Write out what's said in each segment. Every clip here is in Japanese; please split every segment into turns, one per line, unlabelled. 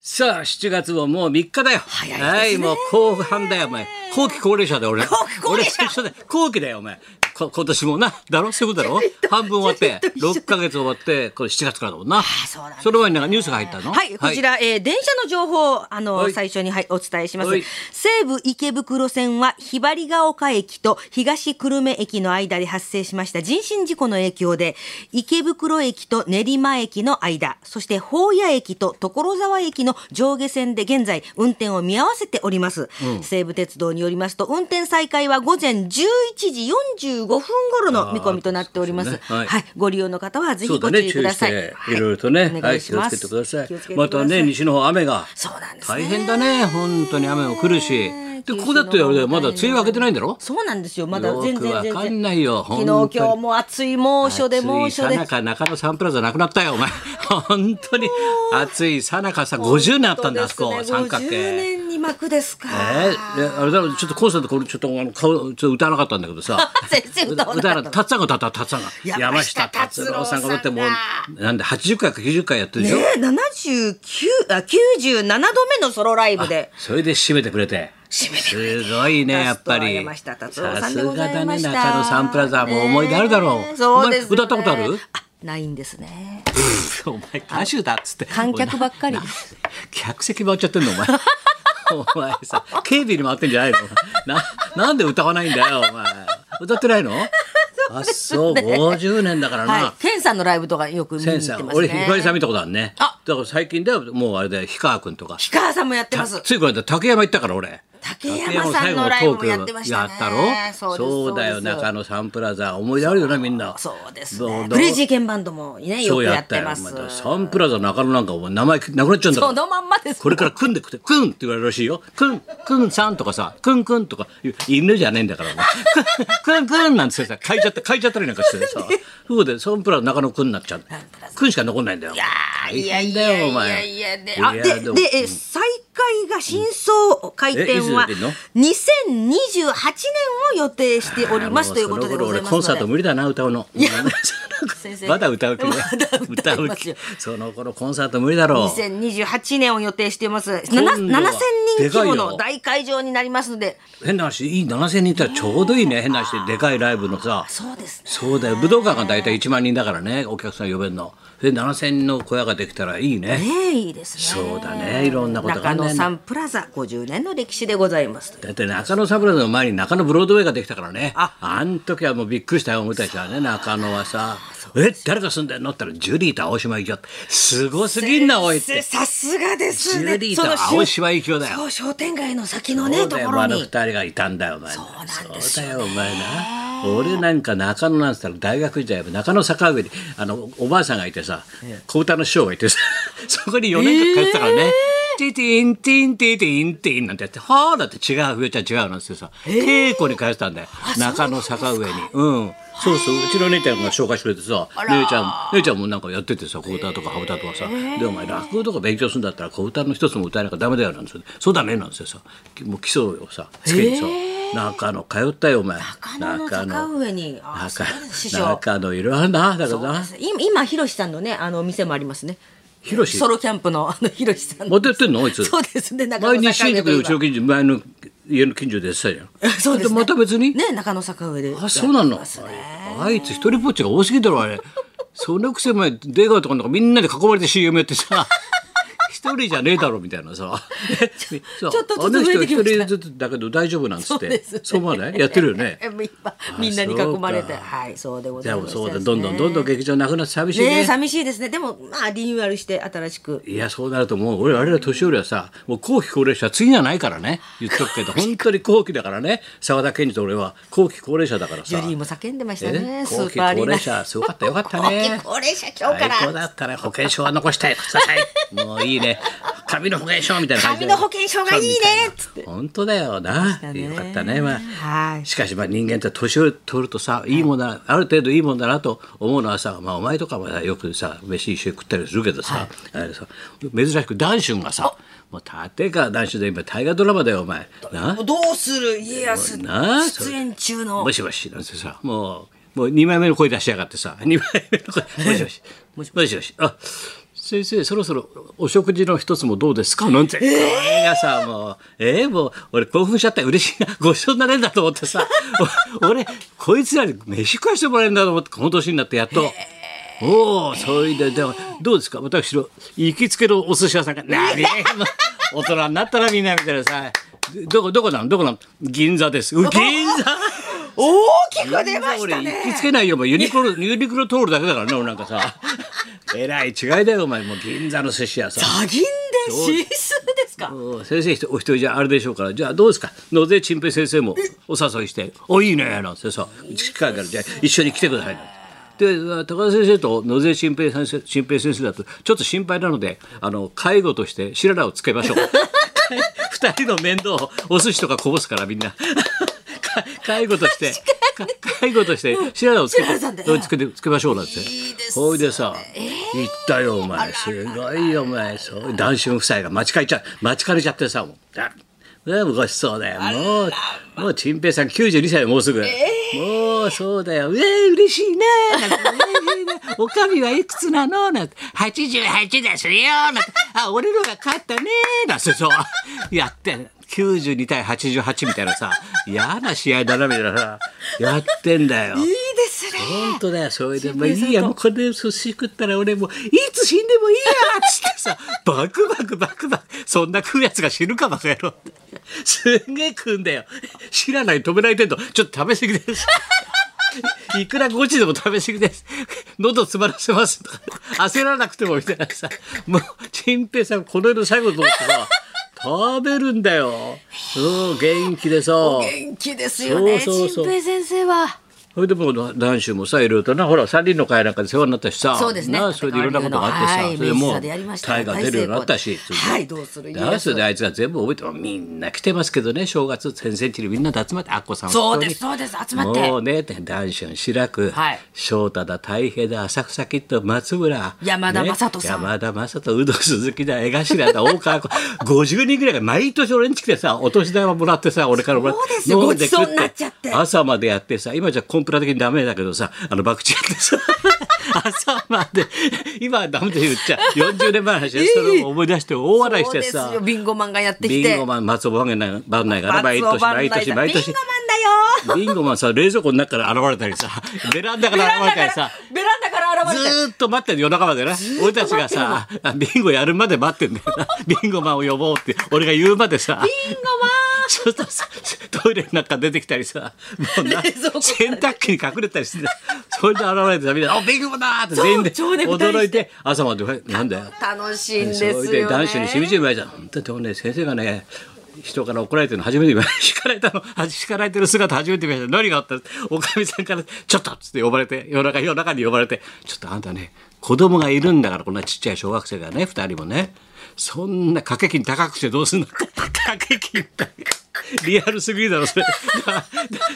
さあ、7月ももう3日だよ。
早いですね
はい、もう後半だよ、お前。後期高齢者だよ、俺。
後期高齢者
俺と一緒だよ。後期だよ、お前。こ今年もな、だろそういうことだろ半分終わって、6ヶ月終わって、これ7月からだもんな。
そうなんですね
それ前になんかニュースが入ったの
はい、こちら、えー電車の情報、あの、
はい
最初に、はい、お伝えします
はい。
西武池袋線は、ひばりが丘駅と東久留米駅の間で発生しました人身事故の影響で、池袋駅と練馬駅の間、そして宝谷駅と所沢駅の上下線で現在、運転を見合わせております。西武鉄道によりますと、運転再開は午前11時45分頃の見込みとなっております。
あーそうですねは
はいい、ご利用の方はぜ
そう
ひ
だ
ご
ね、注意
注意くだ
し
さい。
て、
はい
ろいろとね、
お
は
願
い、
いし
気を
ま
つ
す
けてください
気をつけて。くださ
ま
い
たね、西の方雨が。
そうなんですね
大変だね、本当に雨も来るし。で、ここだってあれだよ、まだ梅雨明けてないんだろ
そうなんですよ。まだ全然
よくわ
全然。
かんないよ
昨日
本当に
今日も暑い猛暑で猛暑
暑い
で。
さなか中野サンプラザなくなったよお前本当 に暑いさなかさ50年あったんだあそこ、
本当ですね
三角
50
形。
年に幕ですか。
えー、であれだろちょっとコンサートこれちょっとあの顔ちょっと歌わなかったんだけどさ
先生 歌わなかったの
歌達さんが歌った達さんが
山下
達郎さんがだっても
達
うなんで80回か90回やってるでしょ、
ねえ、七十九あ九十七度目のソロライブで。
それで締めてくれて。
締めてく
すごいねやっぱり
ラストは
さ
山下達
す
郎さ
が
んでござ
だ
いま
ね
した
中野サンプラザも思い出あるだろ
ね
う
えそうですね
お前歌ったことある
あないんですね。
お前歌手だっつって
観客ばっかりです
す客席回っちゃってんのお前 お前さ警備に回ってんじゃないのななんで歌わないんだよお前歌って ないのあそう50年だからな、
はい。ケンさんのライブとかよく見に行
セ
っ
ンさ
て
ん、
ます
俺ひばりさん
ね。
見たことあるね
あ
だから最近だよもうあれで氷川君とか
氷川さんもやってます。
ついこの間竹山行ったから俺
竹山さんのライブもやってましたね。
やったろ
そうです
そうだよ
そうです
中野サンプラザ思い出あるよなみんな
そうです
ど
ね。
うどう
クレイジーケンバンドもね、よ
そう
く
や
や
っ
ったて
よ
ま
お
す。
前だからサンプラザ中野なんかお前名前なくなっちゃうんだか
そ
ら
のまんまです。
これから組んでくてくんって言われるらしいよくんくんさんとかさくんくんとかいう犬じゃねえんだからお前 くんくんなんつってさ変えちゃって変えちゃったりなんかしてさそうでサンプラザ中野くんになっちゃうくんしか残んないんだよいや
いやいやいやいやで、あ、で、
いやで
で
も、
え再開が真相回転は
えいつや
2028年を予定しておりますということ
あーもうそ
でございますので。
の頃俺コンサート無理だな歌うの。
先生
まだ歌う気ね
まだ歌います
歌う気
よ
その頃コンサート無理だろう。
2028年を予定しています。
度は
な7000
で
人規模
かいよ
の大会場になりますので、
変な話いい7000人いたらちょうどいいね変な話ででかいライブのさ。
そうですね。
そうだよ武道館が大体1万人だからねお客さん呼べんの。で7000人の小屋ができたらいいね。
ねえいいですね。
そうだねいろんなことが
中
ね
野サンプラザ50年の歴史でございます。
だって中野サンプラザの前に中野ブロードウェイができたからねあ
あ
ん時はもうびっくりしたよ思いたちはね中野はさ「え誰が住んでんの?」って言ったらジュリーと青島行きよってすごすぎんなおいって
せさすがですね。
ジュリーと青島行きよだよ
そう商店街の先の
そ
ね
う
と
だ
こ
よ
ろ
あの
に
二人がいたんだよお前そう
なんです
よ、お前な俺なんか中野なんつったら大学時代は中野坂上にあのおばあさんがいてさ小唄の師匠がいてさ そこに4年間通ってたからね、ティティンティンティティンティンなんてやって「はあ」だって違う上ちゃん違うなんつってさ稽古に通ってたんだよ中野坂上にうんそうそううちの姉ちゃんが紹介してくれてさ姉ちゃん姉ちゃんもなんかやっててさ小唄とか羽唄とかさでお前落語とか勉強するんだったら小唄の一つも歌えなきゃダメだよなんつってそうだねなんつってさもう基礎をさつけにさ中野通ったよお前
中野の坂上にあ
中
そうです師
野
匠
中野いろいろあるなだからな
今今ひろしさんのねあのお店もありますね
ヒロシ
ソロキャンプのあのひろしさんの
またやってんのあいつ
そうですね中
前
野
に
坂
新
上
宿
と
で
いうえ
ちの近所前の家の近所でやってたじゃん
ば そうですね
また別に
ね中野坂上で
あそうなの、あいつ一人ぼっちが多すぎだろあ れそのくせ前出川とかなんかみんなで囲まれて CM やってさ一人じゃねえだろみたいなさちょ
ちょっとずつ増えてきました
一人ずつだけど大丈夫なんつっ
そう
て
ですね
そう思わないやってるよ ね
え今みんなに囲まれ
そ
て
うか
はいそうでご
で
ざい
も
ます
そうだどんどんどんどん劇場なくなって寂しい
ね
ね
え寂しいですねでもまあリニューアルして新しく
いやそうなるともう俺我々年寄りはさもう後期高齢者は次がないからね言っとくけど本当に後期だからね沢田研二と俺は後期高齢者だからさ
ジュリーも叫んでました
え
ねス
後期
ー
高
パーアリーナ
齢者すごかったよかったね
後期高齢者今日か
最
ら
高だったね保険証は残して くださいもういいね紙の保険証みたいな感じで
紙の保険証がいいね
そうみたいな本当だよな
ね
よかったねま
は
あ
い
しかしまあ人間って年を取るとさいいもんだなある程度いいもんだなと思うのはさまあお前とかもさよくさ飯一緒に食ったりするけどさあれさ珍しく男春がさもう立川男春で今大河ドラマだよお前な
どうする家康
なあ
出演中の
もしもしなんてさもうもう2枚目の声出しやがってさ2枚目の声もしもしもしもしあ先生そろそろお食事の一つもどうですかなんて、えがさもうえー、もう俺興奮しちゃって嬉しいなご一緒になれるんだと思ってさお俺こいつらに飯食わしてもらえるんだと思ってこの年になってやっと。おおそれででもどうですか私の行きつけのお寿司屋さんが「何大人になったらみんな」みたいなさ「どこどこなのどこなの銀座です」う「銀座!」
大きく出ました
俺行
ね
きつけないよ、もうユニクロ、ユニクロ通るだけだからね、俺なんかさ。 えらい違いだよ、お前、もう銀座の寿司屋さん。
多銀で指数ですか
お先生お一人じゃあれでしょうからじゃあどうですか野添陳平先生もお誘いして「おいいね」なんてさ近いからじゃあ一緒に来てくださいなんて。で高田先生と野添陳平先生陳平先生だとちょっと心配なのであの介護として白らをつけましょう 二人の面倒をお寿司とかこぼすからみん なか介護としてか介護として白らをつけ
白羅さんで
てつけてつけましょうなんて
いいですね
ほいでさ、行ったよお前すごいよお前そう男子夫妻が待ちかれちゃ待ちかれちゃってさもうだでもごちそうだよもうもう陳平さん92歳よもうすぐ、もうそうだようえー、嬉しいね なんて嬉しいねおかみはいくつなのなんて88ですよなんてあ俺のが勝ったねなんてそうやって92対88みたいなさ嫌な試合だなみたいなさやってんだよ。
いいですね
本当だよそれで「まあいいやもうこれで寿司食ったら俺もういつ死んでもいいや」っつってさバクバクバクバクそんな食うやつが死ぬかバカ野郎ってすんげえ食うんだよ知らない止められてんのちょっと食べ過ぎです いくらゴチでも食べ過ぎです。喉詰まらせますとか、焦らなくてもみたいなさ、もう、陳平さん、この世の最後と思ってさ、食べるんだよ。うん、元気でさ。
元気ですよね
そうそうそう
陳平先生は
それでもう男子もさいろいろとなほら三人の会なんかで世話になったしさ
そうですね
なそれでいろんなことがあってさ、
はい
それでも
メッセージでやりました
タイが出るようになったし
大成功はいどうする
だからそれであいつが全部覚えてもみんな来てますけどね正月先生ちにみんなで集まってあっこさんも
そう
本
で
当に
すそうです集まって
もうね男子の白く、
はい
翔太だ太平だ浅草キッド松村
山田
ね
雅人さん
山田雅人有働鈴木だ江頭だ大 川子50人ぐらいが毎年俺んち来てさお年玉もらってさ俺からもらって
そうですよ
飲ん食
ごちそうになっちゃって
朝までやってさ今じゃコンプラ的にダメだけどさあの博打やって さ朝まで今はダメで言っちゃ40年前の話 でそれを思い出して大笑いして
そう
さ
ですよビンゴマンがやってき
ビ
て
ンゴマン松尾番内が番内がね毎
松尾
年
万
毎
来
年
だ
毎
ビ
年
ンゴマンだよ
ビンゴマンさ冷蔵庫の中から現れたり さベランダから現れたりさ
ベランダから現れたり
ずーっと待ってる夜中までね俺たちがさビンゴやるまで待ってんだよなビンゴマンを呼ぼうって俺が言うまでさ
ビンゴマン
ちょっとさトイレの中出てきたりさもうな
冷蔵庫
洗濯機に隠れたりしてそれで現れてさみんな「あビンゴマンだ!」って全員で
そう超ね舞台して
驚いて朝までえ「なんだよ」
楽しいんです
そ
よ
れ
ね
で男子にしみじみ言われた本当にでもね先生がね人から怒られてるの初めて見ました叱られたのは叱られてる姿初めて見ました何があったのおかみさんから「ちょっと!」っつって呼ばれて夜中夜中に呼ばれて「ちょっとあんたね子供がいるんだからこんなちっちゃい小学生がね2人もねそんな掛け金高くしてどうすんの掛け金高くリアルすぎるだろそれ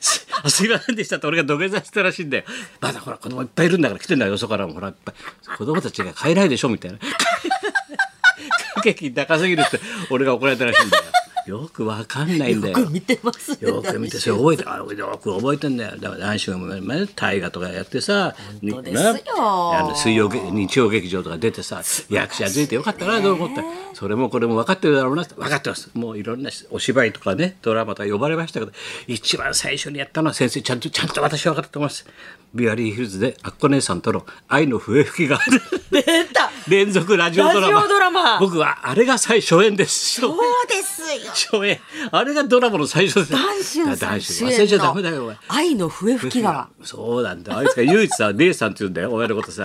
すすいませんでしたって俺が土下座したらしいんだよまだほら子供いっぱいいるんだから来てんだよよそからもほらいっぱい子供たちが買えないでしょみたいな 掛け金高すぎるって俺が怒られたらしいんだよ。よくわかんないんだよ。
よく見てますね
よく見てそれ覚えてあよく覚えてんだよ。だから男子もね大河とかやってさ、に
当ですよ
ねあの水曜劇日曜劇場とか出てさ役者ついてよかったなと思った。それもこれも分かってるだろうなって分かってます。もういろんなお芝居とかねドラマとか呼ばれましたけど一番最初にやったのは先生ちゃんとちゃんと私は分かってます。ビアリーヒルズでアッコ姉さんとの愛の笛吹きがある。
出た
連続ラジオドラマ
ラジオドラマ
僕はあれが最初演です
そうですよ
初演あれがドラマの最初です
男子さん
男
主
子忘れちゃダメだ
演
よお
の
前
愛の笛吹き川
そうなんだあいつが唯一さ姉さんって言うんだよ親のことさ「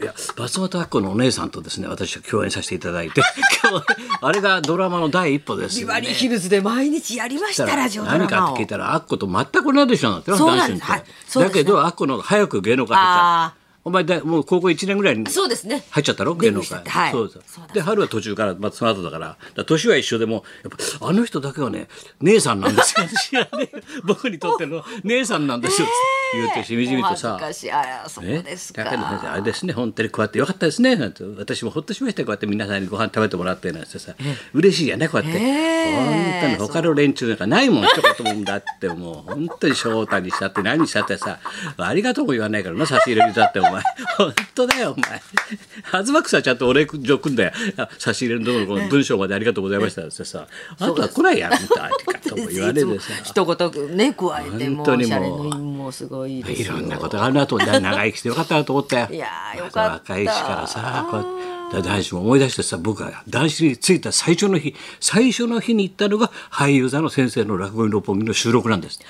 いや松本明子のお姉さんとですね私は共演させていただいて 今日あれがドラマの第一歩です
ビ
よ
バ
ね
リーヒルズで毎日やりましたラジオドラ
何か
マ
っ
を
て聞いたらアッコと全く同じ人なんだよ
そう
男
な
子
ん
に
で
とって
す
は
はいそうで
だ
す
け
ね
どアッコの方が早く芸能界入っ
あ
たお前だもう高校1年ぐらいに
そうですね
入っちゃったろ芸能
デビューしちゃっ
界
てはい
そうそう
そうだ
で春は途中から、まあ、その後だからだから年は一緒でもやっぱあの人だけはね姉さんなんですよ知らねえ僕にとっての姉さんなんですよ、言うてしみじみとさ
お恥ずかしいあらそう
ね
です
だけど先生あ
か
れですね本当にこうやってよかったですねなんて私もほっとしましたよこうやって皆さんにご飯食べてもらってなんてさ嬉しいよねこうやって、
え
本当に他の連中なんかないもん一言もんだってもう本当に翔太にしたって何にしたってさありがとうも言わないからな差し入れにだってお前前。本当だよ、お前。ハズマックスはちゃんとお礼状組んで、あ差し入れのところこの文章までありがとうございましたってさ、あとは来ないやろ、みたいなことも言われてさ。
一言ね加えて
本
もう
当に
おしゃれ
もう
のもうすごいです
い
よ
ろんなことがあるなと思って長生きしてよかったなと思ったよ。
いやーよかった
若いしからさこうやって男子も思い出してさ僕が男子に着いた最初の日最初の日に行ったのが俳優座の先生の落語の六本木の収録なんです。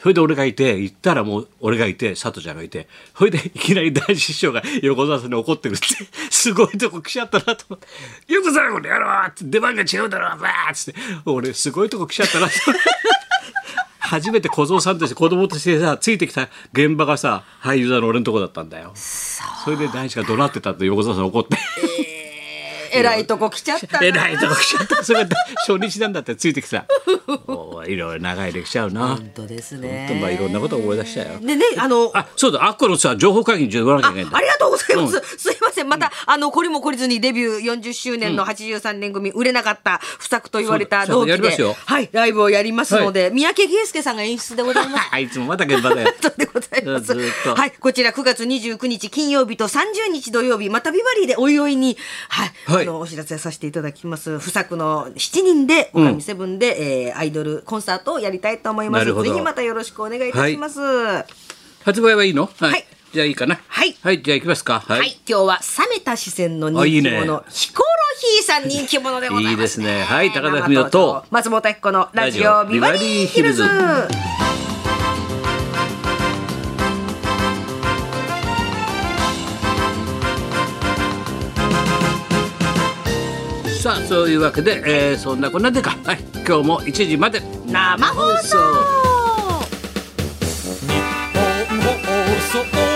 それで俺がいて行ったらもう俺がいて佐藤ちゃんがいてそれでいきなり男子師匠が横澤さんに怒ってくるって すごいとこ来ちゃったなと思って「横澤この野郎!」って出番が違うだろうわーっつって俺すごいとこ来ちゃったなって。初めて小僧さんとして子供としてさついてきた現場がさ俳優座の俺のとこだったんだよそれで男子が怒鳴ってたって横澤さん怒って
えらいとこ来ちゃった な
えらいとこ来ちゃったそれが初日なんだってついてきたおーいろいろ長い歴史ちゃうな
本当ですね
ほんとまあいろんなこと思い出したよ
でねあの
あそうだあっこのさ情報会議に言わなきゃい
あ
けないんだ
ありがとうございます、すいませんまた、あの懲りも懲りずにデビュー40周年の83年組、売れなかった不作と言われた
そ
同
うだ
期
そうだやります
で
よ
はいライブをやりますので、三宅圭介さんが演出でございます
あいつもまた現 場だよ
ということでござい
ず
ま
っ
す。
と
はい、こちら9月29日金曜日と30日土曜日、またビバリーでおいおいに、はい、
はい
あの、お知らせさせていただきます。不作の7人で、おかみセブンで、えーアイドルコンサートをやりたいと思いま
な
す。
る
ぜ
ほど
ひまたよろしくお願いいたします。はい、
発売はいいのはい、
はい
じゃあいいかな
はい
はい、じゃあ行きますかは
今日は冷めた視線の人
あい
気
い
者、
ね
ヒコロヒーさん人気者でございます、
いいですねはい高田文夫と
生登場松本明子のラジオ
ラジオ
ビバリーヒルズ
ビバリーさあそういうわけで、えーそんなこんなでか、はい、今日も1時まで
生放送
放送